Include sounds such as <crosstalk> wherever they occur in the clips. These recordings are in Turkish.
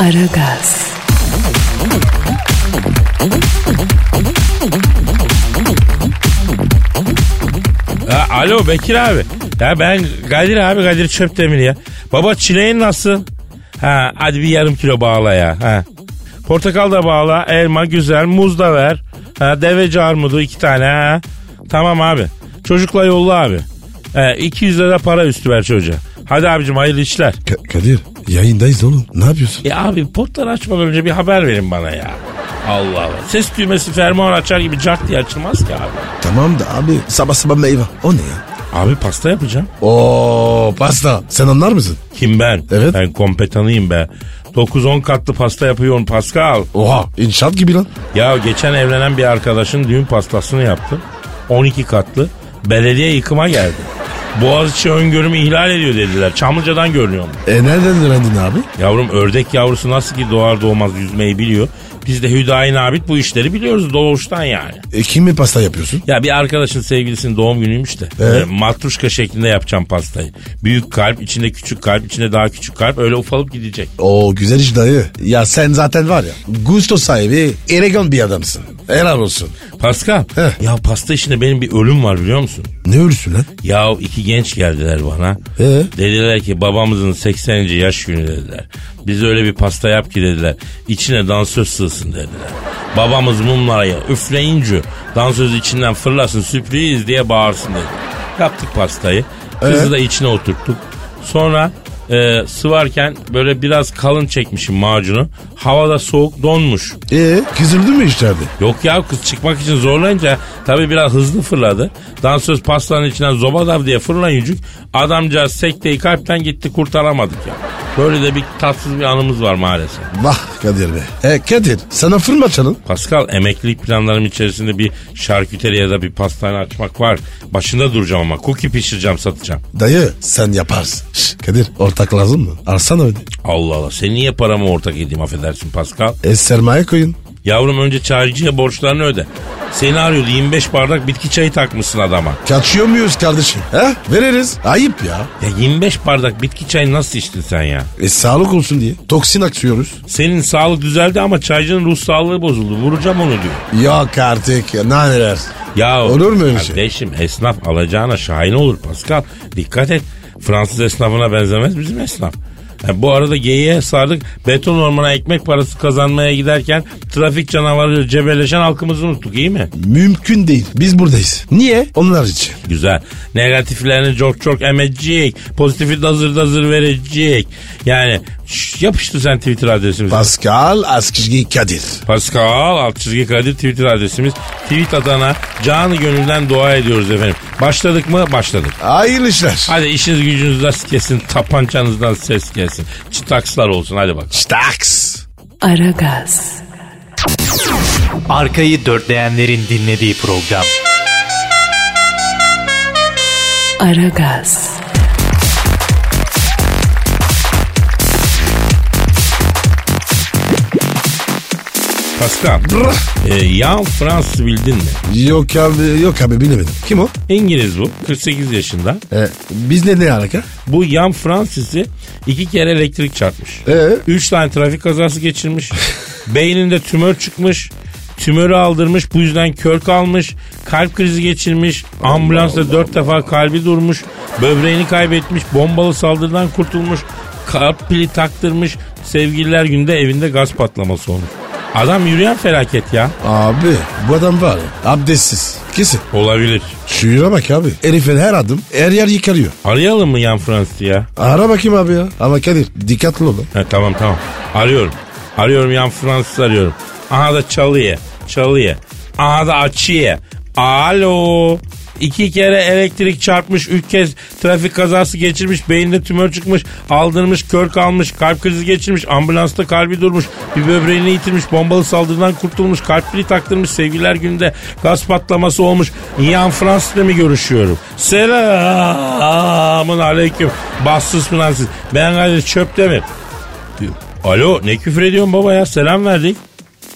Aragaz, Ha, alo Bekir abi. Ya ben Kadir abi Kadir Çöptemir ya. Baba çileğin nasıl? Ha hadi bir yarım kilo bağla ya. Ha. Portakal da bağla, elma güzel, muz da ver. Ha, deveci armudu iki tane ha. Tamam abi. Çocukla yolla abi. He, 200 lira para üstü ver çocuğa. Hadi abicim hayırlı işler. Ka- Kadir yayındayız oğlum. Ne yapıyorsun? E abi portları açmadan önce bir haber verin bana ya. Allah Allah. Ses düğmesi fermuar açar gibi cart diye açılmaz ki abi. Tamam da abi sabah sabah meyve. O ne ya? Abi pasta yapacağım. Oo pasta. Sen anlar mısın? Kim ben? Evet. Ben kompetanıyım be. 9-10 katlı pasta yapıyorum Pascal. Oha inşaat gibi lan. Ya geçen evlenen bir arkadaşın düğün pastasını yaptım. 12 katlı. Belediye yıkıma geldi. Boğaziçi öngörümü ihlal ediyor dediler. Çamlıca'dan görünüyor. E nereden öğrendin abi? Yavrum ördek yavrusu nasıl ki doğar doğmaz yüzmeyi biliyor. Biz de Hüdayi Nabit bu işleri biliyoruz doğuştan yani. E kimle pasta yapıyorsun? Ya bir arkadaşın sevgilisinin doğum günüymüş de. Evet. E, matruşka şeklinde yapacağım pastayı. Büyük kalp, içinde küçük kalp, içinde daha küçük kalp. Öyle ufalıp gidecek. Oo güzel iş dayı. Ya sen zaten var ya gusto sahibi elegan bir adamsın. Helal olsun. Pascal. Heh. Ya pasta işinde benim bir ölüm var biliyor musun? Ne ölüsün lan? Ya iki genç geldiler bana. Ee? Dediler ki babamızın 80. yaş günü dediler. Biz öyle bir pasta yap ki dediler. İçine dansöz sığsın dediler. Babamız mumlara ya- üfleyince dansöz içinden fırlasın sürpriz diye bağırsın dedi. Yaptık pastayı. Kızı Ee? da içine oturttuk. Sonra e, sıvarken böyle biraz kalın çekmişim macunu. Havada soğuk donmuş. E kızıldın mı içeride? Yok ya kız çıkmak için zorlayınca tabii biraz hızlı fırladı. Dansöz pastanın içinden zobadav diye fırlayıncık adamcağız sekteyi kalpten gitti kurtaramadık ya. Böyle de bir tatsız bir anımız var maalesef. Vah Kadir be. E Kadir sana fırma çalın. Pascal emeklilik planlarım içerisinde bir şarküteri ya da bir pastane açmak var. Başında duracağım ama cookie pişireceğim satacağım. Dayı sen yaparsın. Şş, Kadir ortak lazım mı? Alsana öyle. Allah Allah sen niye paramı ortak edeyim affedersin Pascal. E sermaye koyun. Yavrum önce çaycıya borçlarını öde. Seni arıyordu 25 bardak bitki çayı takmışsın adama. Kaçıyor muyuz kardeşim? He? Veririz. Ayıp ya. Ya 25 bardak bitki çayı nasıl içtin sen ya? E sağlık olsun diye. Toksin atıyoruz. Senin sağlık düzeldi ama çaycının ruh sağlığı bozuldu. Vuracağım onu diyor. Yok artık. ya, Naneler. Ya Olur mu öyle şey? Kardeşim esnaf alacağına şahin olur Pascal. Dikkat et. Fransız esnafına benzemez bizim esnaf. Ha, bu arada geyiğe sardık. Beton ormana ekmek parası kazanmaya giderken trafik canavarıyla cebelleşen halkımızı unuttuk iyi mi? Mümkün değil. Biz buradayız. Niye? Onlar için. Güzel. Negatiflerini çok çok emecek. Pozitifi dazır dazır verecek. Yani şş, yapıştır sen Twitter adresimize. Pascal Askizgi Kadir. Pascal alt çizgi Kadir Twitter adresimiz. Tweet atana canı gönülden dua ediyoruz efendim. Başladık mı? Başladık. Hayırlı işler. Hadi işiniz gücünüz rast kesin, tapancanızdan ses gelsin. Çıtakslar olsun hadi bak. Staks. Aragaz, Arkayı dörtleyenlerin dinlediği program. Aragaz, Pascal, e, yan Fransız bildin mi? Yok abi yok abi bilemedim. Kim o? İngiliz bu, 48 yaşında. Ee, biz ne ne alaka? Bu yan Fransız'ı iki kere elektrik çarpmış. Ee? Üç tane trafik kazası geçirmiş. <laughs> Beyninde tümör çıkmış. Tümörü aldırmış bu yüzden kör kalmış. Kalp krizi geçirmiş. Ambulansla dört defa kalbi durmuş. Böbreğini kaybetmiş. Bombalı saldırıdan kurtulmuş. Kalp pili taktırmış. Sevgililer günde evinde gaz patlaması olmuş. Adam yürüyen felaket ya. Abi bu adam var ya abdestsiz. Kesin. Olabilir. Şuyuna bak abi. Herifin her adım her yer yıkarıyor. Arayalım mı yan Fransız'ı ya? Ara bakayım abi ya. Ama Kadir dikkatli ol. lan. Ha, tamam tamam. Arıyorum. Arıyorum yan Fransız arıyorum. Aha da çalıya. Çalıya. Aha da açıya. Alo. İki kere elektrik çarpmış, üç kez trafik kazası geçirmiş, beyinde tümör çıkmış, aldırmış, kör kalmış, kalp krizi geçirmiş, ambulansta kalbi durmuş, bir böbreğini yitirmiş, bombalı saldırıdan kurtulmuş, kalp pili taktırmış, sevgililer günde gaz patlaması olmuş. Ian Fransız'la mı görüşüyorum? Selamun aleyküm. Bassız Fransız. Ben Kadir çöpte mi? Diyor. Alo ne küfür ediyorsun baba ya selam verdik.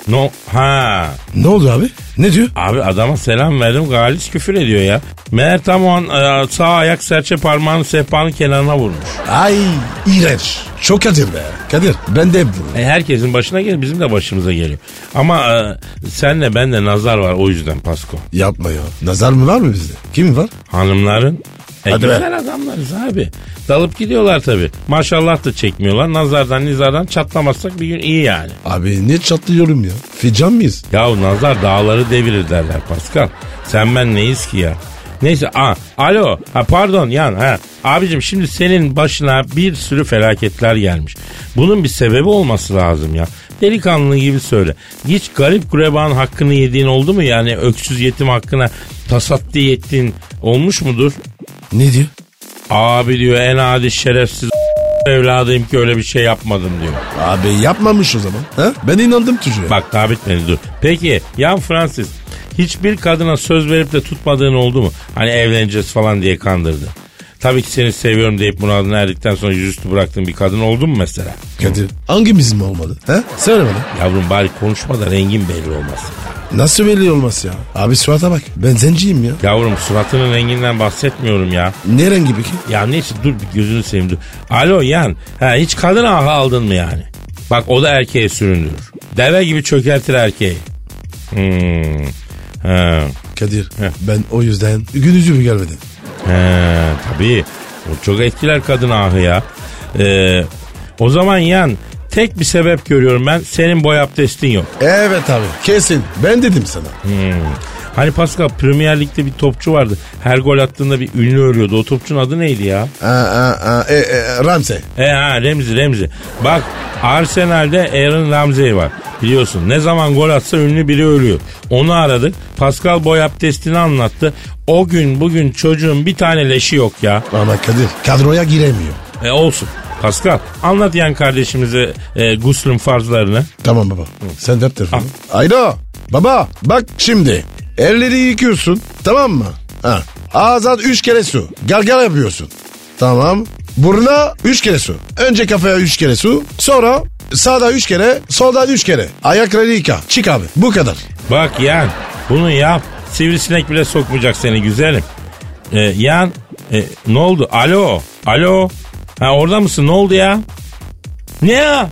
No ha Ne oldu abi? Ne diyor? Abi adama selam verdim galis küfür ediyor ya. Meğer tam o an e, sağ ayak serçe parmağını sehpanın kenarına vurmuş. Ay iğrenç. Çok Kadir be. Kadir ben de hep bunu. E, herkesin başına gelir bizim de başımıza geliyor. Ama e, senle bende nazar var o yüzden Pasko. Yapma ya. Nazar mı var mı bizde? Kim var? Hanımların e, Hadi be. güzel adamlarız abi. Dalıp gidiyorlar tabi. Maşallah da çekmiyorlar. Nazardan nizardan çatlamazsak bir gün iyi yani. Abi ne çatlıyorum ya? Fican mıyız? Ya nazar dağları devirir derler Pascal. Sen ben neyiz ki ya? Neyse a, alo ha pardon yan ha. Abicim şimdi senin başına bir sürü felaketler gelmiş. Bunun bir sebebi olması lazım ya. Delikanlı gibi söyle. Hiç garip gurebanın hakkını yediğin oldu mu? Yani öksüz yetim hakkına tasattiği ettiğin olmuş mudur? Ne diyor? Abi diyor en adi şerefsiz evladıyım ki öyle bir şey yapmadım diyor. Abi yapmamış o zaman. Ha? Ben inandım çocuğa. Bak daha bitmedi dur. Peki yan Francis hiçbir kadına söz verip de tutmadığın oldu mu? Hani evleneceğiz falan diye kandırdı. Tabii ki seni seviyorum deyip muradına erdikten sonra yüzüstü bıraktığın bir kadın oldu mu mesela? Kadir hangimiz mi olmadı? Ha? Söyle bana. Yavrum bari konuşma da rengin belli olmasın. Nasıl belli olmaz ya? Abi surata bak. Ben zenciyim ya. Yavrum suratının renginden bahsetmiyorum ya. Ne rengi peki? Ya neyse dur bir gözünü seveyim dur. Alo yan. Ha, hiç kadın ahı aldın mı yani? Bak o da erkeğe süründürür. Deve gibi çökertir erkeği. Hmm. Ha. Kadir Heh. ben o yüzden gün yüzümü görmedim. He tabii. O çok etkiler kadın ahı ya. Ee, o zaman yan tek bir sebep görüyorum ben. Senin boy abdestin yok. Evet abi kesin. Ben dedim sana. Hani Pascal Premier Lig'de bir topçu vardı. Her gol attığında bir ünlü örüyordu. O topçunun adı neydi ya? Aa, aa, aa, e, e, Ramsey. E ha Remzi Remzi. Bak Arsenal'de Aaron Ramsey var. Biliyorsun ne zaman gol atsa ünlü biri ölüyor. Onu aradık. Pascal boy abdestini anlattı. O gün bugün çocuğun bir tane leşi yok ya. Ama Kadir kadroya giremiyor. E olsun. Pascal anlat yan kardeşimize e, guslün farzlarını. Tamam baba. Sen ver telefonu. Ayda baba bak şimdi. Elleri yıkıyorsun tamam mı? Ha. Ağzına üç kere su. Gargara yapıyorsun. Tamam. Buruna üç kere su. Önce kafaya üç kere su. Sonra sağda üç kere. Solda üç kere. Ayakları yıka. Çık abi. Bu kadar. Bak yan bunu yap. Sivrisinek bile sokmayacak seni güzelim. E, yan e, ne oldu? Alo. Alo. Ha orada mısın? Ne oldu ya? Ne ya?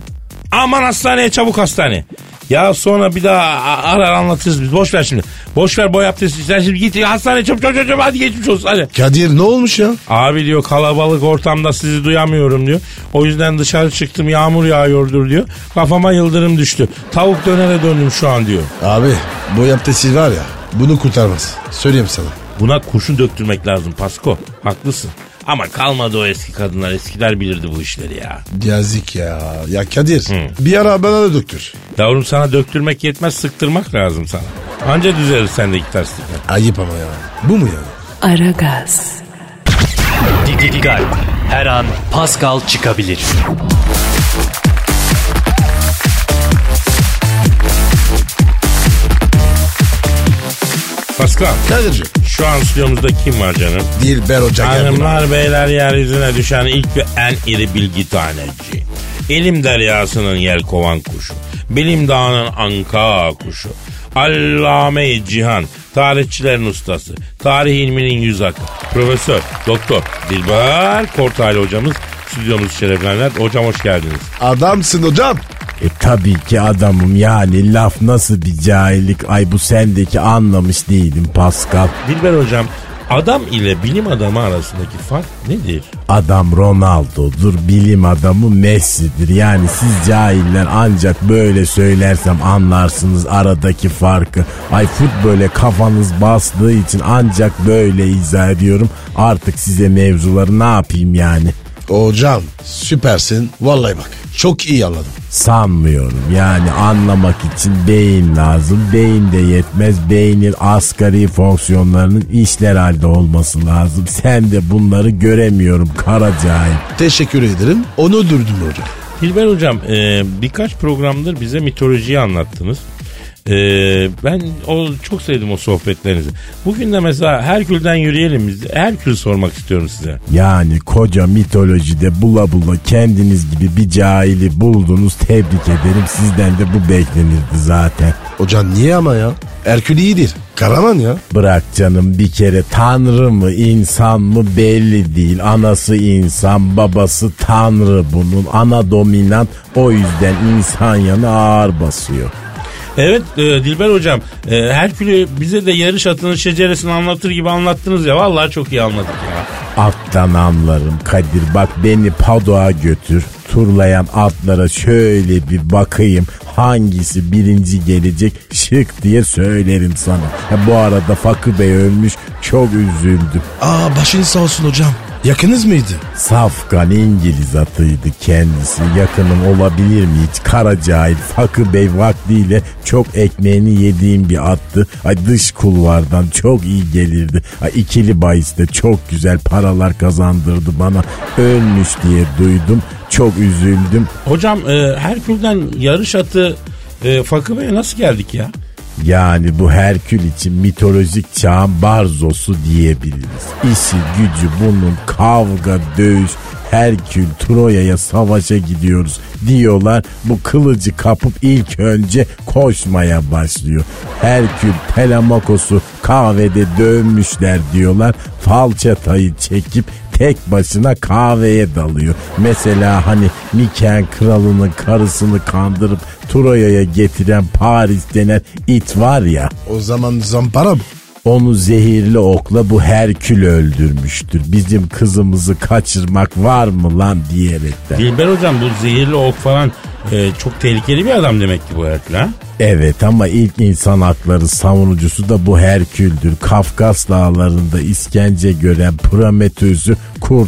Aman hastaneye çabuk hastane. Ya sonra bir daha a- arar anlatırız biz. Boş ver şimdi. Boş ver boy abdesti. Sen şimdi git hastaneye çabuk çabuk çabuk hadi geçmiş olsun hadi. Kadir ne olmuş ya? Abi diyor kalabalık ortamda sizi duyamıyorum diyor. O yüzden dışarı çıktım yağmur yağıyordur diyor. Kafama yıldırım düştü. Tavuk dönere döndüm şu an diyor. Abi bu yaptesi var ya bunu kurtarmaz. Söyleyeyim sana. Buna kurşun döktürmek lazım Pasko. Haklısın. Ama kalmadı o eski kadınlar. Eskiler bilirdi bu işleri ya. Yazık ya. Ya Kadir bir ara bana da döktür. Yavrum sana döktürmek yetmez sıktırmak lazım sana. Anca düzelir sendeki terslikler. Ayıp ama ya. Bu mu ya? Aragaz, Didi Gal. Her an Pascal çıkabilir. Pasko Kadir'cim. şu an stüdyomuzda kim var canım? Dilber Hoca geldi. Hanımlar beyler yeryüzüne düşen ilk ve en iri bilgi taneci. İlim deryasının yer kovan kuşu. Bilim dağının anka kuşu. Allame-i Cihan, tarihçilerin ustası, tarih ilminin yüz akı, profesör, doktor, Dilber Kortaylı hocamız stüdyomuzu şereflendiler. Hocam hoş geldiniz. Adamsın hocam. E tabii ki adamım yani laf nasıl bir cahillik ay bu sendeki anlamış değilim Pascal. Dilber hocam, adam ile bilim adamı arasındaki fark nedir? Adam Ronaldo'dur bilim adamı Messi'dir yani siz cahiller ancak böyle söylersem anlarsınız aradaki farkı. Ay futbole kafanız bastığı için ancak böyle izah ediyorum artık size mevzuları ne yapayım yani. Hocam süpersin. Vallahi bak. Çok iyi anladım. Sanmıyorum. Yani anlamak için beyin lazım. Beyin de yetmez. Beynin asgari fonksiyonlarının işler halde olması lazım. Sen de bunları göremiyorum kara cahil. Teşekkür ederim. Onu durdum hocam. Dilber hocam e, birkaç programdır bize mitolojiyi anlattınız. E, ben o çok sevdim o sohbetlerinizi. Bugün de mesela Herkül'den yürüyelim biz. Herkül sormak istiyorum size. Yani koca mitolojide bula bula kendiniz gibi bir cahili buldunuz. Tebrik ederim. Sizden de bu beklenirdi zaten. Hocam niye ama ya? Erkül iyidir. Karaman ya. Bırak canım bir kere tanrı mı insan mı belli değil. Anası insan babası tanrı bunun. Ana dominant o yüzden insan yanı ağır basıyor. Evet e, Dilber hocam e, Herkül'ü bize de yarış atının şeceresini anlatır gibi anlattınız ya. Vallahi çok iyi anladık ya. Attan anlarım Kadir bak beni Padua götür. Turlayan atlara şöyle bir bakayım hangisi birinci gelecek şık diye söylerim sana. Ha, bu arada Fakı Bey ölmüş çok üzüldüm. Aa başınız sağ olsun hocam. Yakınız mıydı? Safkan İngiliz atıydı kendisi. Yakınım olabilir mi hiç? Kara cahil Fakı Bey vaktiyle çok ekmeğini yediğim bir attı. Ay dış kulvardan çok iyi gelirdi. Ay ikili bahiste çok güzel paralar kazandırdı bana. Ölmüş diye duydum. Çok üzüldüm. Hocam e, Herkül'den yarış atı e, Fakı Bey'e nasıl geldik ya? Yani bu Herkül için mitolojik çağın barzosu diyebiliriz. İşi gücü bunun kavga, dövüş, Herkül Troya'ya savaşa gidiyoruz diyorlar. Bu kılıcı kapıp ilk önce koşmaya başlıyor. Herkül Telemakosu kahvede dövmüşler diyorlar. Falçatayı çekip tek başına kahveye dalıyor. Mesela hani Miken kralının karısını kandırıp Troya'ya getiren Paris denen it var ya. O zaman zampara mı? Onu zehirli okla bu Herkül öldürmüştür. Bizim kızımızı kaçırmak var mı lan diyerekten. Dilber hocam bu zehirli ok falan e, çok tehlikeli bir adam demek ki bu Herkül ha? Evet ama ilk insan hakları savunucusu da bu Herkül'dür. Kafkas dağlarında iskence gören Prometheus'u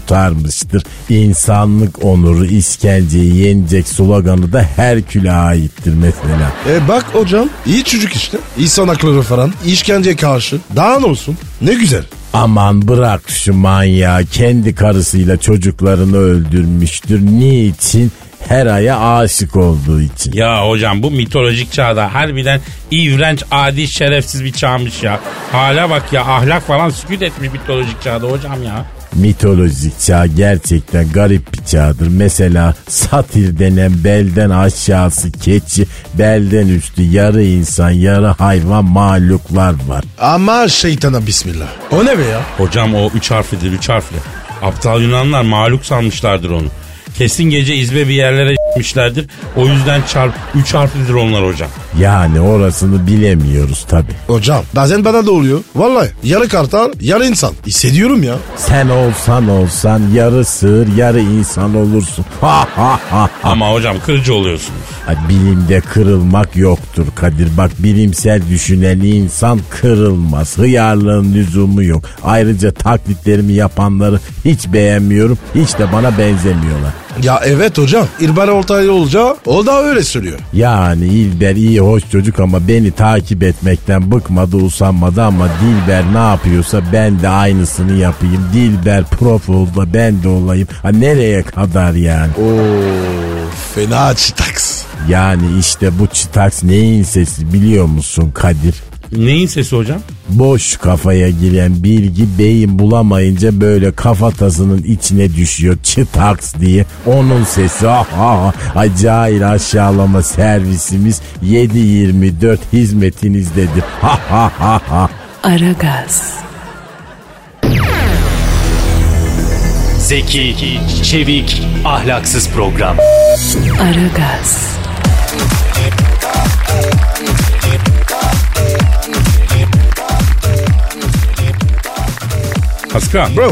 kurtarmıştır. İnsanlık onuru iskenceyi yenecek sloganı da Herkül'e aittir mesela. E bak hocam iyi çocuk işte. İnsan hakları falan. işkenceye karşı. Daha ne olsun? Ne güzel. Aman bırak şu manyağı kendi karısıyla çocuklarını öldürmüştür. Niçin? Her aya aşık olduğu için. Ya hocam bu mitolojik çağda harbiden iğrenç, adi, şerefsiz bir çağmış ya. Hala bak ya ahlak falan sükut etmiş mitolojik çağda hocam ya. Mitolojik çağ gerçekten garip bir çağdır. Mesela satir denen belden aşağısı keçi, belden üstü yarı insan, yarı hayvan mahluklar var. Ama şeytana bismillah. O ne be ya? Hocam o üç harflidir, üç harfli. Aptal Yunanlar mağlup sanmışlardır onu. Kesin gece izbe bir yerlere mişlerdir. O yüzden çarp, üç harflidir onlar hocam. Yani orasını bilemiyoruz tabi. Hocam bazen bana da oluyor. Vallahi yarı kartal yarı insan. Hissediyorum ya. Sen olsan olsan yarı sığır yarı insan olursun. Ha ha ha ha. Ama hocam kırıcı oluyorsunuz. Ha, Bilimde kırılmak yoktur Kadir. Bak bilimsel düşünen insan kırılmaz. Hıyarlığın lüzumu yok. Ayrıca taklitlerimi yapanları hiç beğenmiyorum. Hiç de bana benzemiyorlar. Ya evet hocam. İrbar Oltaylı olacağı o da öyle söylüyor. Yani İlber iyi hoş çocuk ama beni takip etmekten bıkmadı usanmadı ama Dilber ne yapıyorsa ben de aynısını yapayım. Dilber prof oldu da ben de olayım. Ha nereye kadar yani? Oo fena çıtaks. Yani işte bu çıtaks neyin sesi biliyor musun Kadir? Neyin sesi hocam? Boş kafaya giren bilgi beyin bulamayınca böyle kafatasının içine düşüyor çıtaks diye. Onun sesi ah ah acayip aşağılama servisimiz 7-24 hizmetinizdedir. Ha ha ha ha. Aragaz, Zeki, çevik, ahlaksız program. Aragaz, Paskal. Bro.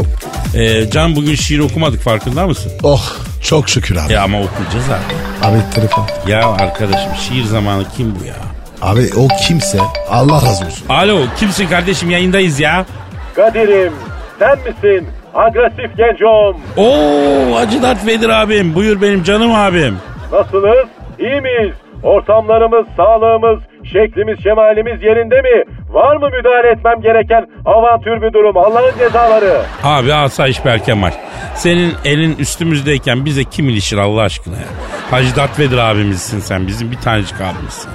Ee, Can bugün şiir okumadık farkında mısın? Oh çok şükür abi. Ya E ama okuyacağız abi. Abi telefon. Ya arkadaşım şiir zamanı kim bu ya? Abi o kimse Allah razı olsun. Alo kimsin kardeşim yayındayız ya. Kadir'im sen misin? Agresif gencom. Oo Hacı Dert Vedir abim buyur benim canım abim. Nasılız? İyi miyiz? Ortamlarımız, sağlığımız, şeklimiz, şemalimiz yerinde mi? Var mı müdahale etmem gereken avantür bir durum? Allah'ın cezaları. Abi asayiş Berke maç. Senin elin üstümüzdeyken bize kim ilişir Allah aşkına ya? Hacı Dert Vedir abimizsin sen. Bizim bir tanecik abimizsin.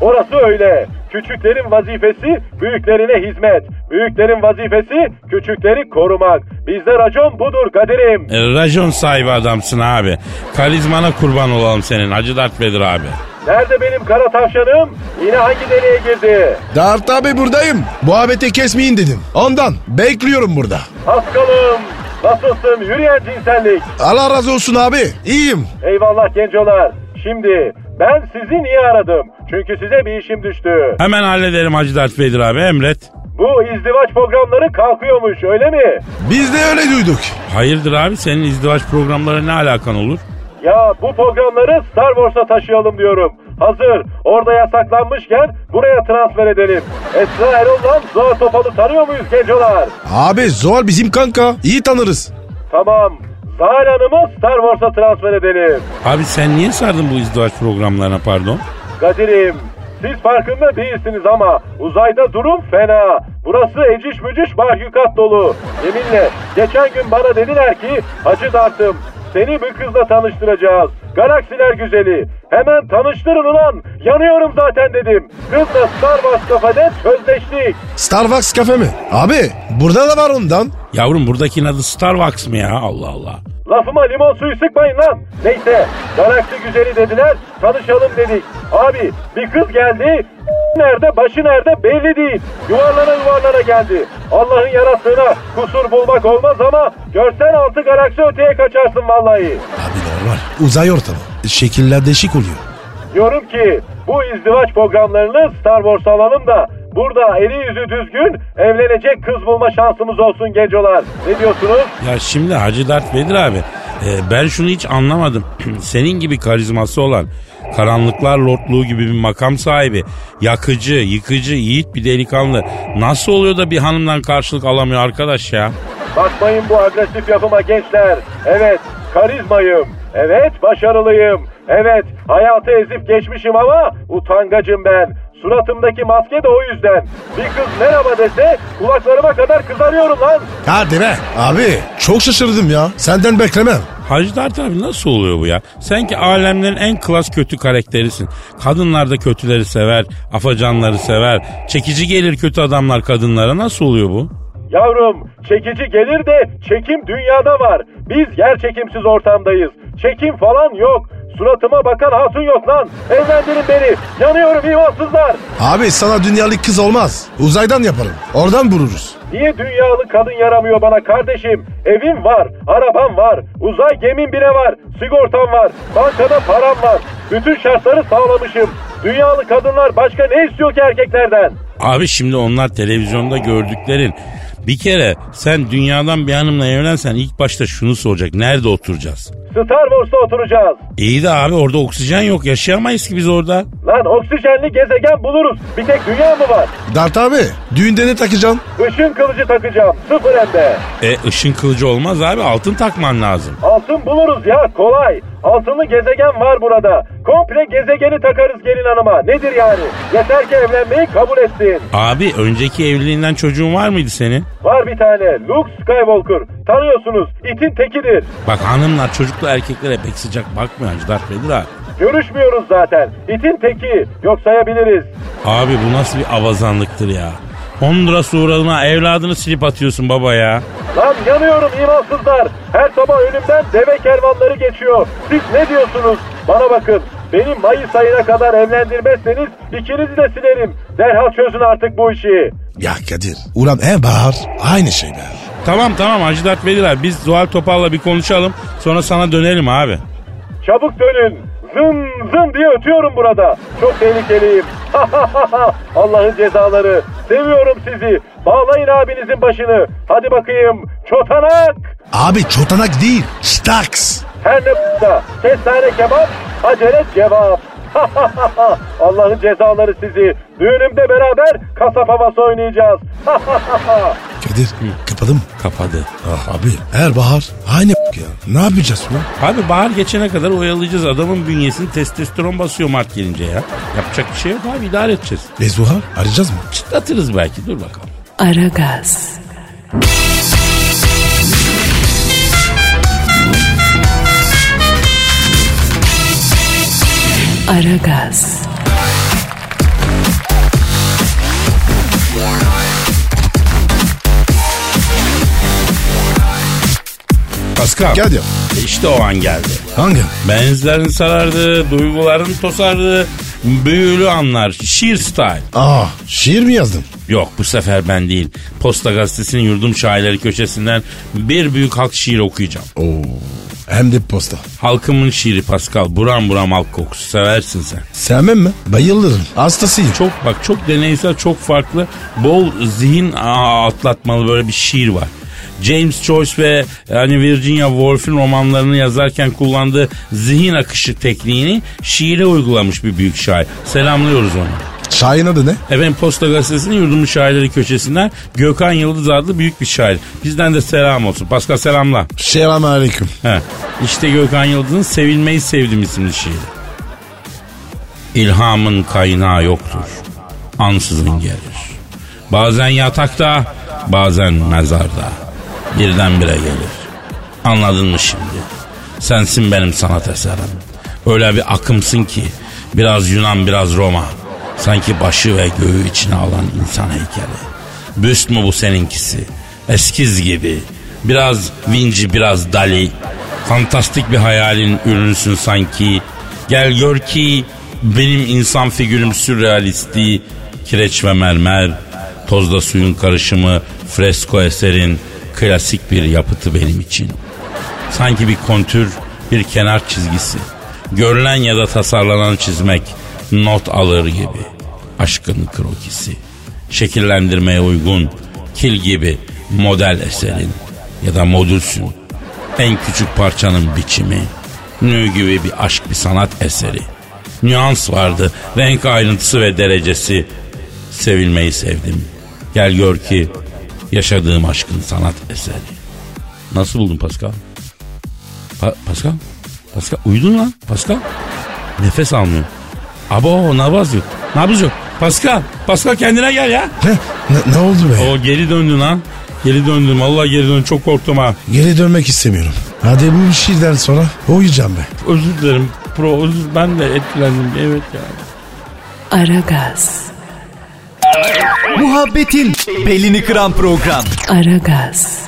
Orası öyle. Küçüklerin vazifesi büyüklerine hizmet. Büyüklerin vazifesi küçükleri korumak. Bizde racon budur kaderim. E, racon sahibi adamsın abi. Karizmana kurban olalım senin Hacı Dert Vedir abi. Nerede benim kara tavşanım? Yine hangi deliğe girdi? Dert abi buradayım. Muhabbeti kesmeyin dedim. Ondan bekliyorum burada. Paskal'ım nasılsın yürüyen cinsellik? Allah razı olsun abi. İyiyim. Eyvallah gencolar. Şimdi ben sizi niye aradım? Çünkü size bir işim düştü. Hemen hallederim Hacı Dert Vedir abi emret. Bu izdivaç programları kalkıyormuş öyle mi? Biz de öyle duyduk. Hayırdır abi senin izdivaç programları ne alakan olur? Ya bu programları Star Wars'a taşıyalım diyorum. Hazır orada yasaklanmışken buraya transfer edelim. Esra Erol'dan Zuhal Topal'ı tanıyor muyuz gencolar? Abi Zuhal bizim kanka. İyi tanırız. Tamam. Zahal Hanım'ı Star Wars'a transfer edelim. Abi sen niye sardın bu izdivaç programlarına pardon? Kadir'im siz farkında değilsiniz ama uzayda durum fena. Burası eciş mücüş mahlukat dolu. Yeminle geçen gün bana dediler ki Hacı Dart'ım seni bir kızla tanıştıracağız. Galaksiler güzeli. Hemen tanıştırın ulan. Yanıyorum zaten dedim. Kızla Star Wars kafede sözleştik. Starbucks kafe mi? Abi burada da var ondan. Yavrum buradakinin adı Starbucks mı ya Allah Allah. Lafıma limon suyu sıkmayın lan. Neyse galaksi güzeli dediler tanışalım dedik. Abi bir kız geldi nerede başı nerede belli değil. Yuvarlana yuvarlana geldi. Allah'ın yarattığına kusur bulmak olmaz ama görsen altı galaksi öteye kaçarsın vallahi. Abi normal. Uzay ortamı. Şekiller değişik oluyor. Diyorum ki bu izdivaç programlarını Star Wars alalım da burada eli yüzü düzgün evlenecek kız bulma şansımız olsun gencolar. Ne diyorsunuz? Ya şimdi Hacı Dert Vedir abi e, ben şunu hiç anlamadım. <clears throat> Senin gibi karizması olan karanlıklar lordluğu gibi bir makam sahibi yakıcı yıkıcı yiğit bir delikanlı nasıl oluyor da bir hanımdan karşılık alamıyor arkadaş ya? Bakmayın bu agresif yapıma gençler. Evet, karizmayım. Evet, başarılıyım. Evet, hayatı ezip geçmişim ama utangacım ben. Suratımdaki maske de o yüzden. Bir kız merhaba dese kulaklarıma kadar kızarıyorum lan. Hadi be. Abi çok şaşırdım ya. Senden beklemem. Hacı Dert abi nasıl oluyor bu ya? Sen ki alemlerin en klas kötü karakterisin. Kadınlar da kötüleri sever, afacanları sever. Çekici gelir kötü adamlar kadınlara. Nasıl oluyor bu? Yavrum, çekici gelir de çekim dünyada var. Biz yer çekimsiz ortamdayız. Çekim falan yok. Suratıma bakan hatun yok lan. Evlendirin beni. Yanıyorum imansızlar. Abi sana dünyalık kız olmaz. Uzaydan yaparım. Oradan vururuz. Niye dünyalı kadın yaramıyor bana kardeşim? Evim var, arabam var, uzay gemim bile var, sigortam var, bankada param var. Bütün şartları sağlamışım. Dünyalı kadınlar başka ne istiyor ki erkeklerden? Abi şimdi onlar televizyonda gördüklerin. Bir kere sen dünyadan bir hanımla evlensen ilk başta şunu soracak. Nerede oturacağız? Star Wars'ta oturacağız. İyi de abi orada oksijen yok. Yaşayamayız ki biz orada. Lan oksijenli gezegen buluruz. Bir tek dünya mı var? Dert abi düğünde ne takacaksın? Işın kılıcı takacağım. Sıfır hem de. E ışın kılıcı olmaz abi. Altın takman lazım. Altın buluruz ya kolay. Altınlı gezegen var burada. Komple gezegeni takarız gelin hanıma. Nedir yani? Yeter ki evlenmeyi kabul etsin. Abi önceki evliliğinden çocuğun var mıydı senin? Var bir tane Luke Skywalker. Tanıyorsunuz itin tekidir. Bak hanımlar çocuklu erkeklere pek sıcak bakmıyor Hacı Dert Vedir abi. Görüşmüyoruz zaten. İtin teki. Yok sayabiliriz. Abi bu nasıl bir avazanlıktır ya? Honduras uğradığına evladını silip atıyorsun baba ya. Lan yanıyorum imansızlar. Her sabah önümden deve kervanları geçiyor. Siz ne diyorsunuz? Bana bakın. Beni Mayıs ayına kadar evlendirmezseniz ikinizi de silerim. Derhal çözün artık bu işi. Ya Kadir. Ulan e bahar aynı şey be. Tamam tamam Hacı Dert Vedir abi biz Zuhal Topal'la bir konuşalım sonra sana dönelim abi. Çabuk dönün. Zın zın diye ötüyorum burada. Çok tehlikeliyim. <laughs> Allah'ın cezaları. Seviyorum sizi. Bağlayın abinizin başını. Hadi bakayım. Çotanak. Abi çotanak değil. Staks. Her ne p***da. Kestane kebap. Acele cevap. <laughs> Allah'ın cezaları sizi. Düğünümde beraber kasap havası oynayacağız. <laughs> Kadir kapatalım Kapadım. Kapadı. Ah abi her bahar aynı <laughs> ya. Ne yapacağız bu? Abi bahar geçene kadar oyalayacağız. Adamın bünyesini testosteron basıyor Mart gelince ya. Yapacak bir şey yok abi idare edeceğiz. E Zuhal arayacağız mı? Çıtlatırız belki dur bakalım. Aragaz, Aragaz, Pascal. Gel ya. İşte E o an geldi. Hangi? Benizlerin sarardı, duyguların tosardı. Büyülü anlar, şiir style. Aa Ah, şiir mi yazdın? Yok bu sefer ben değil. Posta gazetesinin yurdum şairleri köşesinden bir büyük halk şiiri okuyacağım. Oo. Hem de posta. Halkımın şiiri Pascal. Buram buram halk kokusu. Seversin sen. Sevmem mi? Bayılırım. Hastasıyım. Çok bak çok deneysel, çok farklı, bol zihin aa, atlatmalı böyle bir şiir var. James Joyce ve hani Virginia Woolf'un romanlarını yazarken kullandığı zihin akışı tekniğini şiire uygulamış bir büyük şair. Selamlıyoruz onu. Şahin adı ne? Efendim Posta Gazetesi'nin yurdumun şairleri köşesinden Gökhan Yıldız adlı büyük bir şair. Bizden de selam olsun. Pascal selamla. Selamun aleyküm. He. İşte Gökhan Yıldız'ın Sevilmeyi Sevdim isimli şiiri. İlhamın kaynağı yoktur. Ansızın gelir. Bazen yatakta, bazen mezarda. Birdenbire gelir. Anladın mı şimdi? Sensin benim sanat eserim. Öyle bir akımsın ki biraz Yunan biraz Roma. Sanki başı ve göğü içine alan insan heykeli. Büst mü bu seninkisi? Eskiz gibi. Biraz Vinci biraz Dali. Fantastik bir hayalin ürünüsün sanki. Gel gör ki benim insan figürüm sürrealisti. Kireç ve mermer. Tozla suyun karışımı fresko eserin klasik bir yapıtı benim için. Sanki bir kontür, bir kenar çizgisi. Görülen ya da tasarlanan çizmek not alır gibi. Aşkın krokisi. Şekillendirmeye uygun, kil gibi model eserin ya da modülsün. En küçük parçanın biçimi. Nü gibi bir aşk bir sanat eseri. Nüans vardı, renk ayrıntısı ve derecesi. Sevilmeyi sevdim. Gel gör ki yaşadığım aşkın sanat eseri. Nasıl buldun Pascal? Pa- Pascal? Pascal uyudun lan Pascal. Nefes almıyor. Abo nabız yok. Nabız yok. Pascal, Pascal kendine gel ya. Ne, ne, ne oldu be? O geri döndün lan. Geri döndüm. Vallahi geri döndüm. Çok korktum ha. Geri dönmek istemiyorum. Hadi bu şiirden sonra uyuyacağım ben. Özür dilerim. Pro özür ben de etkilendim. Evet ya. Aragaz, Muhabbetin belini kıran program. Aragaz,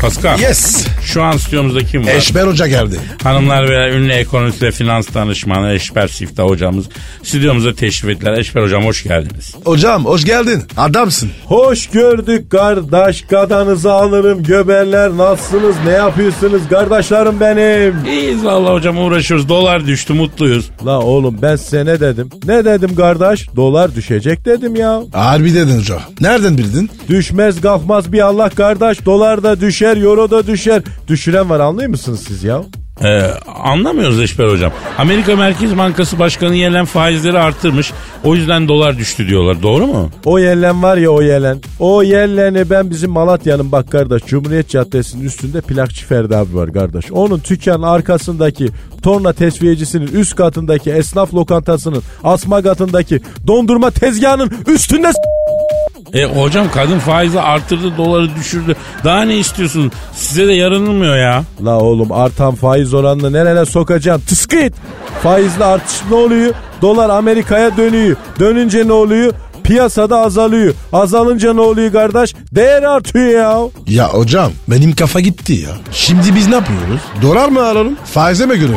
Pascal. Yes. Şu an stüdyomuzda kim var? Eşber Hoca geldi. Hanımlar ve ünlü ekonomist ve finans danışmanı Eşber Siftah hocamız stüdyomuza teşrif ettiler. Eşber hocam hoş geldiniz. Hocam hoş geldin. Adamsın. Hoş gördük kardeş kadanızı alırım göberler nasılsınız ne yapıyorsunuz kardeşlerim benim. İyiyiz valla hocam uğraşıyoruz. Dolar düştü mutluyuz. La oğlum ben size ne dedim? Ne dedim kardeş? Dolar düşecek dedim ya. Harbi dedin hoca. Nereden bildin? Düşmez kalkmaz bir Allah kardeş. Dolar da düşer, euro da düşer. Düşüren var anlıyor musunuz siz ya? Ee, anlamıyoruz Eşber hocam. Amerika Merkez Bankası Başkanı yelen faizleri artırmış. O yüzden dolar düştü diyorlar. Doğru mu? O yellen var ya o yellen. O yelleni ben bizim Malatya'nın bak kardeş Cumhuriyet Caddesi'nin üstünde plakçı Ferdi abi var kardeş. Onun dükkanın arkasındaki torna tesviyecisinin üst katındaki esnaf lokantasının asma katındaki dondurma tezgahının üstünde s- E hocam kadın faizi artırdı doları düşürdü. Daha ne istiyorsunuz? Size de yaranılmıyor ya. La oğlum artan faiz oranını nerelere sokacaksın? Tıskıt! Faizle artış ne oluyor? Dolar Amerika'ya dönüyor. Dönünce ne oluyor? Piyasada azalıyor. Azalınca ne oluyor kardeş? Değer artıyor ya. Ya hocam benim kafa gitti ya. Şimdi biz ne yapıyoruz? Dolar mı alalım? Faize mi görelim?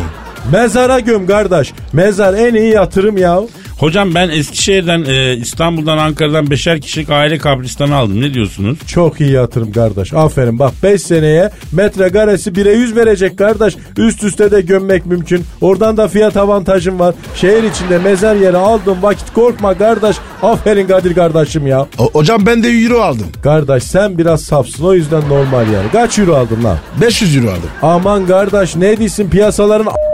Mezara göm kardeş. Mezar en iyi yatırım ya. Hocam ben Eskişehir'den, e, İstanbul'dan, Ankara'dan beşer kişilik aile kabristanı aldım. Ne diyorsunuz? Çok iyi yatırım kardeş. Aferin bak 5 seneye metrekaresi 1'e 100 verecek kardeş. Üst üste de gömmek mümkün. Oradan da fiyat avantajım var. Şehir içinde mezar yeri aldığın vakit korkma kardeş. Aferin Kadir kardeşim ya. O- hocam ben de euro aldım. Kardeş sen biraz sapsın o yüzden normal yani. Kaç euro aldın lan? 500 euro aldım. Aman kardeş ne diyorsun piyasaların a-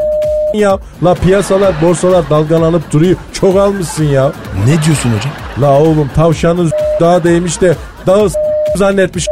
ya. La piyasalar, borsalar dalgalanıp duruyor. Çok almışsın ya. Ne diyorsun hocam? La oğlum tavşanın daha değmiş de dağı s- zannetmiş.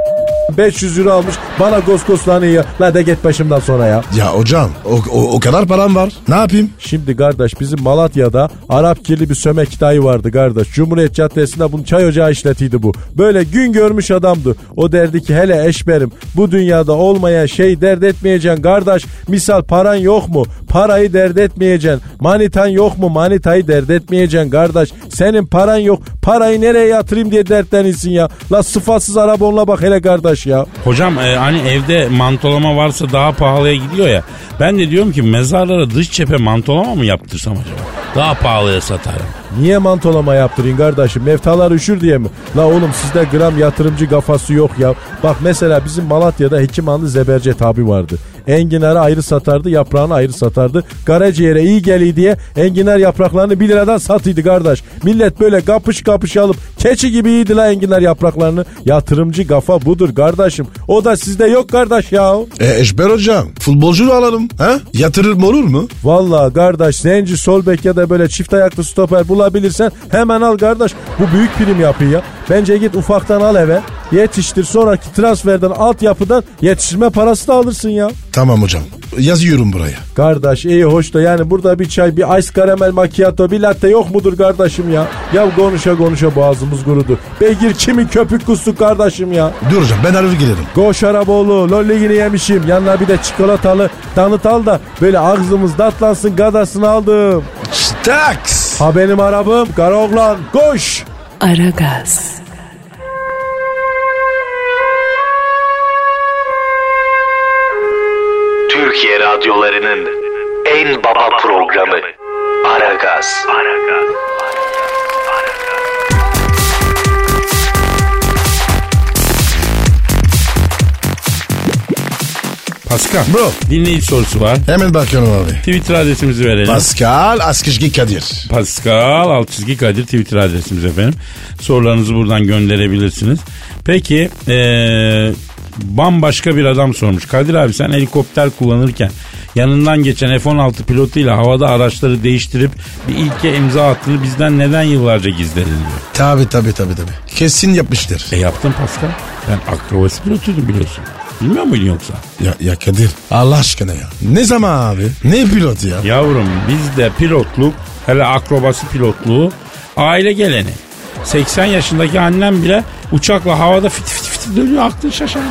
500 lira almış bana goskoslanıyor ya. La de git başımdan sonra ya. Ya hocam o, o, o kadar param var. Ne yapayım? Şimdi kardeş bizim Malatya'da Arap kirli bir sömek dayı vardı kardeş. Cumhuriyet Caddesi'nde bunun çay ocağı işletiydi bu. Böyle gün görmüş adamdı. O derdi ki hele eşberim bu dünyada olmayan şey dert etmeyeceksin kardeş. Misal paran yok mu? Parayı dert etmeyeceksin. Manitan yok mu? Manitayı dert etmeyeceksin kardeş. Senin paran yok. Parayı nereye yatırayım diye dertlenirsin ya. La sıfatsız Arabonla bak hele kardeş ya. Hocam e, hani evde mantolama varsa daha pahalıya gidiyor ya. Ben de diyorum ki mezarlara dış cephe mantolama mı yaptırsam acaba? Daha pahalıya satarım. Niye mantolama yaptırın kardeşim? Meftalar üşür diye mi? La oğlum sizde gram yatırımcı kafası yok ya. Bak mesela bizim Malatya'da Hekimanlı Zebercet abi vardı. Enginar'ı ayrı satardı, yaprağını ayrı satardı. Karaciğere iyi geliyor diye enginar yapraklarını 1 liradan satıydı kardeş. Millet böyle kapış kapış alıp keçi gibi yiydi la enginar yapraklarını. Yatırımcı kafa budur kardeşim. O da sizde yok kardeş ya. E, Eşber hocam futbolcunu alalım. Ha? Yatırım olur mu? Vallahi kardeş zenci sol bek ya da böyle çift ayaklı stoper bulabilirsen hemen al kardeş. Bu büyük prim yapıyor ya. Bence git ufaktan al eve. Yetiştir sonraki transferden altyapıdan yetiştirme parası da alırsın ya. Tamam hocam yazıyorum buraya. Kardeş iyi hoş da yani burada bir çay bir ice karamel macchiato bir latte yok mudur kardeşim ya? Ya konuşa konuşa boğazımız kurudu. Beygir kimi köpük kustu kardeşim ya. Dur hocam ben alır giderim. Goş araboğlu lolligini yemişim. Yanına bir de çikolatalı tanıt al da böyle ağzımız datlansın gadasını aldım. Staks. Ha benim arabam kara oğlan koş. Aragaz. Türkiye radyolarının en baba programı Aragaz. Pascal. Bro. Dinleyici sorusu var. Hemen bakıyorum abi. Twitter adresimizi verelim. Pascal Askışki Kadir. Pascal alt çizgi Kadir Twitter adresimiz efendim. Sorularınızı buradan gönderebilirsiniz. Peki eee, bambaşka bir adam sormuş. Kadir abi sen helikopter kullanırken yanından geçen F-16 pilotuyla havada araçları değiştirip bir ilke imza attığını bizden neden yıllarca gizledin diyor. Tabi tabi tabi tabi. Kesin yapmıştır. E yaptın Pascal. Ben akrobasi pilotuydum biliyorsun. Bilmiyor muydun yoksa? Ya, ya Kadir Allah aşkına ya. Ne zaman abi? Ne pilot ya? Yavrum bizde pilotluk hele akrobasi pilotluğu aile geleni. 80 yaşındaki annem bile uçakla havada fit fit fit dönüyor aklın şaşar ya.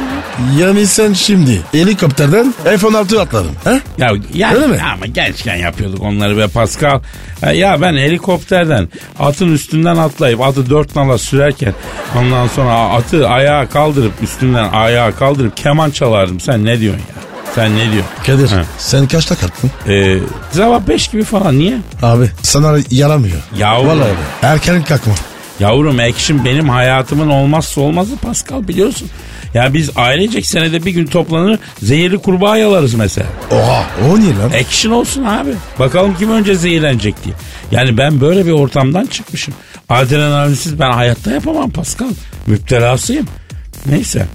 Yani sen şimdi helikopterden F-16 atladın. He? Ya, yani, Öyle mi? Ama gençken yapıyorduk onları be Pascal. Ha, Ya ben helikopterden atın üstünden atlayıp atı dört nala sürerken ondan sonra atı ayağa kaldırıp üstünden ayağa kaldırıp keman çalardım. Sen ne diyorsun ya? Sen ne diyorsun? Kadir Ha. sen kaçta kalktın? Ee, sabah 5 gibi falan niye? Abi sana yaramıyor. Yavrum. Vallahi abi. Erken kalkma. Yavrum action benim hayatımın olmazsa olmazı Pascal biliyorsun. Ya biz ailecek senede bir gün toplanır zehirli kurbağa yalarız mesela. Oha o niye lan? Action olsun abi. Bakalım kim önce zehirlenecek diye. Yani ben böyle bir ortamdan çıkmışım. Adrenalinsiz ben hayatta yapamam Pascal. Müptelasıyım. Neyse.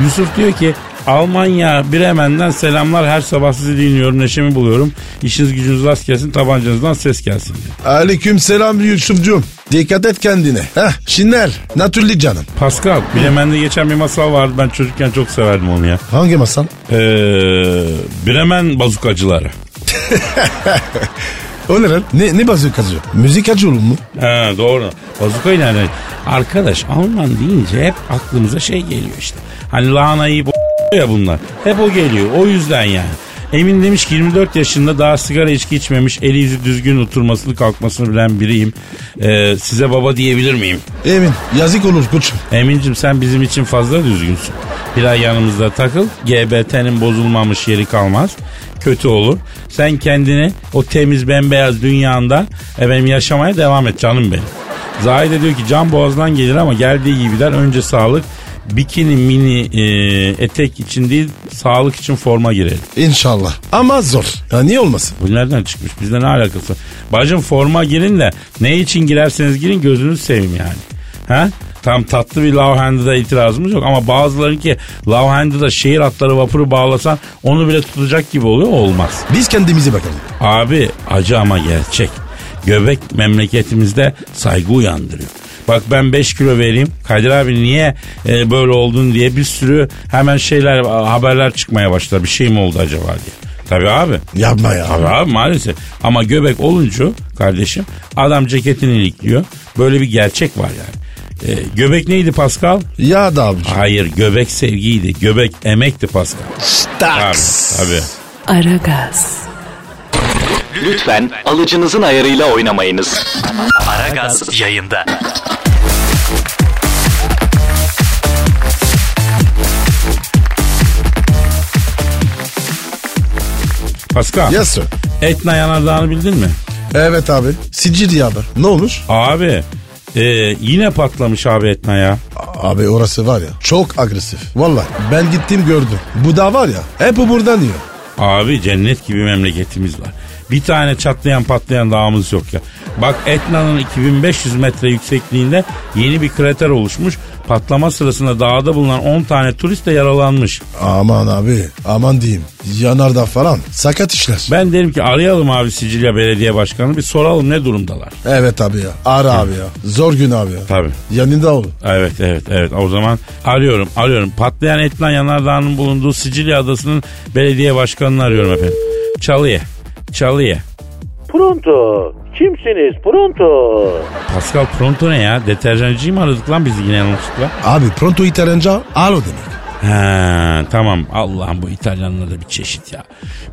Yusuf diyor ki Almanya Bremen'den selamlar her sabah sizi dinliyorum neşemi buluyorum. İşiniz gücünüz rast gelsin tabancanızdan ses gelsin diyor. Aleyküm selam Yusufcuğum. Dikkat et kendine. Heh, şinler. Natürlik canım. Pascal Bremen'de geçen bir masal vardı ben çocukken çok severdim onu ya. Hangi masal? Ee, Bremen bazukacıları. O ne lan? Ne, ne basıyor kazıyor? Müzik acı olur mu? Ha, doğru. Bazukayı nereden? Arkadaş Alman deyince hep aklımıza şey geliyor işte. Hani lahana yiyip o- <laughs> ya bunlar. Hep o geliyor. O yüzden yani. Emin demiş ki 24 yaşında daha sigara içki içmemiş, eli yüzü düzgün oturmasını kalkmasını bilen biriyim. Ee, size baba diyebilir miyim? Emin yazık olur koçum. Emin'cim sen bizim için fazla düzgünsün. Bir ay yanımızda takıl. GBT'nin bozulmamış yeri kalmaz. Kötü olur. Sen kendini o temiz bembeyaz dünyanda efendim, yaşamaya devam et canım benim. Zahide diyor ki can boğazdan gelir ama geldiği gibi der. Önce sağlık. Bikini mini e, etek için değil sağlık için forma girelim. İnşallah. Ama zor. Ya niye olmasın? Bu nereden çıkmış? Bizde ne alakası? var? Bacım forma girin de ne için girerseniz girin gözünüz seveyim yani. Ha? Tam tatlı bir love handle'da itirazımız yok ama bazılarınki love handle'da şehir atları vapuru bağlasan onu bile tutacak gibi oluyor olmaz. Biz kendimize bakalım. Abi acı ama gerçek. Göbek memleketimizde saygı uyandırıyor. Bak ben 5 kilo vereyim. Kadir abi niye e, böyle oldun diye bir sürü hemen şeyler haberler çıkmaya başladı. Bir şey mi oldu acaba diye. Tabii abi. Yapma ya. Tabii abi maalesef. Ama göbek olunca kardeşim adam ceketini ilikliyor. Böyle bir gerçek var yani. E, göbek neydi Pascal? Ya da abi. Hayır göbek sevgiydi. Göbek emekti Pascal. Tabii tabii. Aragaz, Lütfen alıcınızın ayarıyla oynamayınız. Aragaz yayında. Pascal. Yes sir. Etna yanardağını bildin mi? Evet abi. Sicilya abi. Ne olmuş? Abi e, yine patlamış abi Etna ya. Abi orası var ya çok agresif. Vallahi ben gittim gördüm. Bu da var ya hep bu buradan yiyor. Abi cennet gibi memleketimiz var. Bir tane çatlayan patlayan dağımız yok ya. Bak Etna'nın 2500 metre yüksekliğinde yeni bir krater oluşmuş. Patlama sırasında dağda bulunan 10 tane turist de yaralanmış. Aman abi aman diyeyim. Yanardağ falan sakat işler. Ben derim ki arayalım abi Sicilya Belediye Başkanı bir soralım ne durumdalar. Evet abi ya ara abi ya. Zor gün abi ya. Tabii. Yanında ol. Evet evet evet o zaman arıyorum arıyorum. Patlayan Etna Yanardağ'ın bulunduğu Sicilya Adası'nın belediye başkanını arıyorum efendim. Çalıya. Çalıya. Pronto. Kimsiniz? Pronto. Pascal Pronto ne ya? Deterjancıyı mı aradık lan biz yine yanlışlıkla? Abi pronto İtalyanca alo demek. He tamam Allah'ım bu İtalyanlar da bir çeşit ya.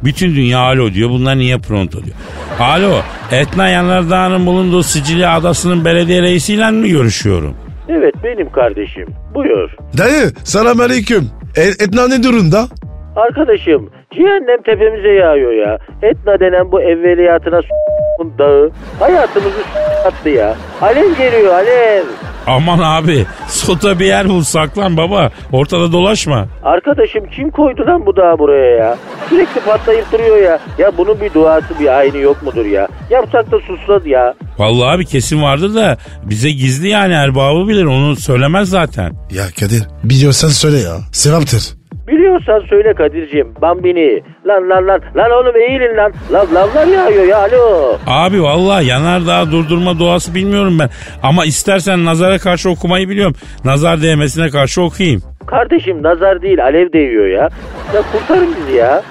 Bütün dünya alo diyor bunlar niye pronto diyor. Alo Etna Yanardağ'ın bulunduğu Sicilya Adası'nın belediye reisiyle mi görüşüyorum? Evet benim kardeşim. Buyur. Dayı selam aleyküm. E, Etna ne durumda? Arkadaşım cehennem tepemize yağıyor ya. Etna denen bu evveliyatına s- dağı hayatımızı s- attı ya. Alev geliyor alev. Aman abi sota bir yer bul saklan baba ortada dolaşma. Arkadaşım kim koydu lan bu dağı buraya ya? Sürekli patlayıp duruyor ya. Ya bunun bir duası bir aynı yok mudur ya? Yapsak da sussan ya. Vallahi abi kesin vardır da bize gizli yani erbabı bilir onu söylemez zaten. Ya Kadir biliyorsan söyle ya. Sevaptır. Biliyorsan söyle Kadir'cim. Bambini. Lan lan lan. Lan oğlum eğilin lan. Lan lavlar yağıyor ya. Alo. Abi vallahi yanardağ durdurma doğası bilmiyorum ben. Ama istersen nazara karşı okumayı biliyorum. Nazar değmesine karşı okuyayım. Kardeşim nazar değil alev değiyor ya. Ya kurtarın bizi ya.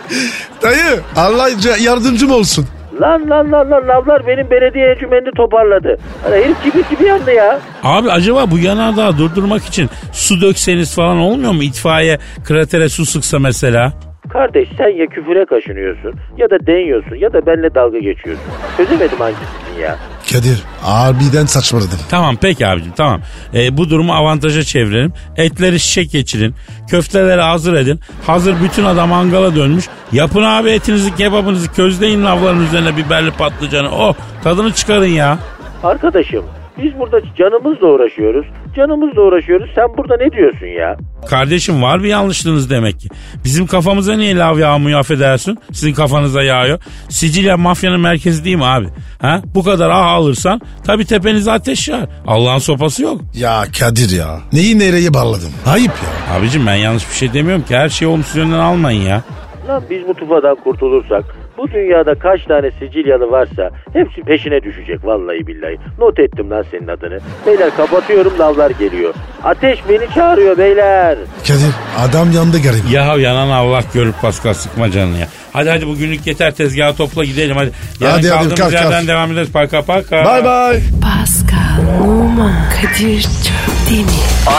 Dayı Allah ca- yardımcım olsun. Lan lan lan lan lavlar benim belediye encümenini toparladı. Hani herif gibi gibi yandı ya. Abi acaba bu yanardağı durdurmak için su dökseniz falan olmuyor mu? İtfaiye kratere su sıksa mesela. Kardeş sen ya küfüre kaşınıyorsun ya da deniyorsun ya da benimle dalga geçiyorsun. Çözemedim hangisini ya. Kadir harbiden saçmaladın. Tamam peki abicim tamam. Ee, bu durumu avantaja çevirelim. Etleri şişe geçirin. Köfteleri hazır edin. Hazır bütün adam mangala dönmüş. Yapın abi etinizi kebabınızı közleyin lavların üzerine biberli patlıcanı. Oh tadını çıkarın ya. Arkadaşım biz burada canımızla uğraşıyoruz. Canımızla uğraşıyoruz. Sen burada ne diyorsun ya? Kardeşim var bir yanlışlığınız demek ki. Bizim kafamıza niye lav yağmıyor affedersin? Sizin kafanıza yağıyor. Sicilya mafyanın merkezi değil mi abi? Ha? Bu kadar ah alırsan tabii tepenize ateş yağar. Allah'ın sopası yok. Ya Kadir ya. Neyi nereye bağladın? Ayıp ya. Abicim ben yanlış bir şey demiyorum ki. Her şeyi olumsuz yönden almayın ya. Lan biz bu tufadan kurtulursak bu dünyada kaç tane Sicilyalı varsa hepsi peşine düşecek vallahi billahi. Not ettim lan senin adını. Beyler kapatıyorum lavlar geliyor. Ateş beni çağırıyor beyler. Kadir adam yandı garip. Yahu yanan Allah görüp Pascal sıkma canını ya. Hadi hadi bugünlük yeter tezgahı topla gidelim hadi. Yarın Hadi, hadi, kaldığımız kalk, yerden kalk. devam ederiz. Paka paka. Bay bay. Pascal, Oman, Kadir çok değil mi?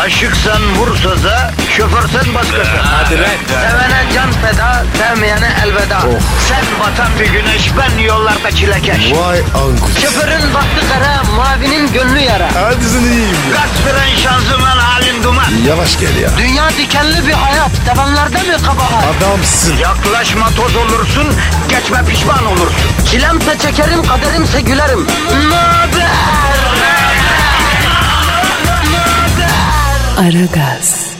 Aşıksan vursa da, şoförsen başkasın. Hadi Sevene can feda, sevmeyene elveda. Sen batan bir güneş, ben yollarda çilekeş. Vay anku. Şoförün baktı kara, mavinin gönlü yara. Hadi sen iyiyim ya. Kasperen şanzıman halin duman. Yavaş gel ya. Dünya dikenli bir hayat, sevenlerde mi kabahar? Adamsın. Yaklaşma toz olursun, geçme pişman olursun. Çilemse çekerim, kaderimse gülerim. Möber! Aragaz.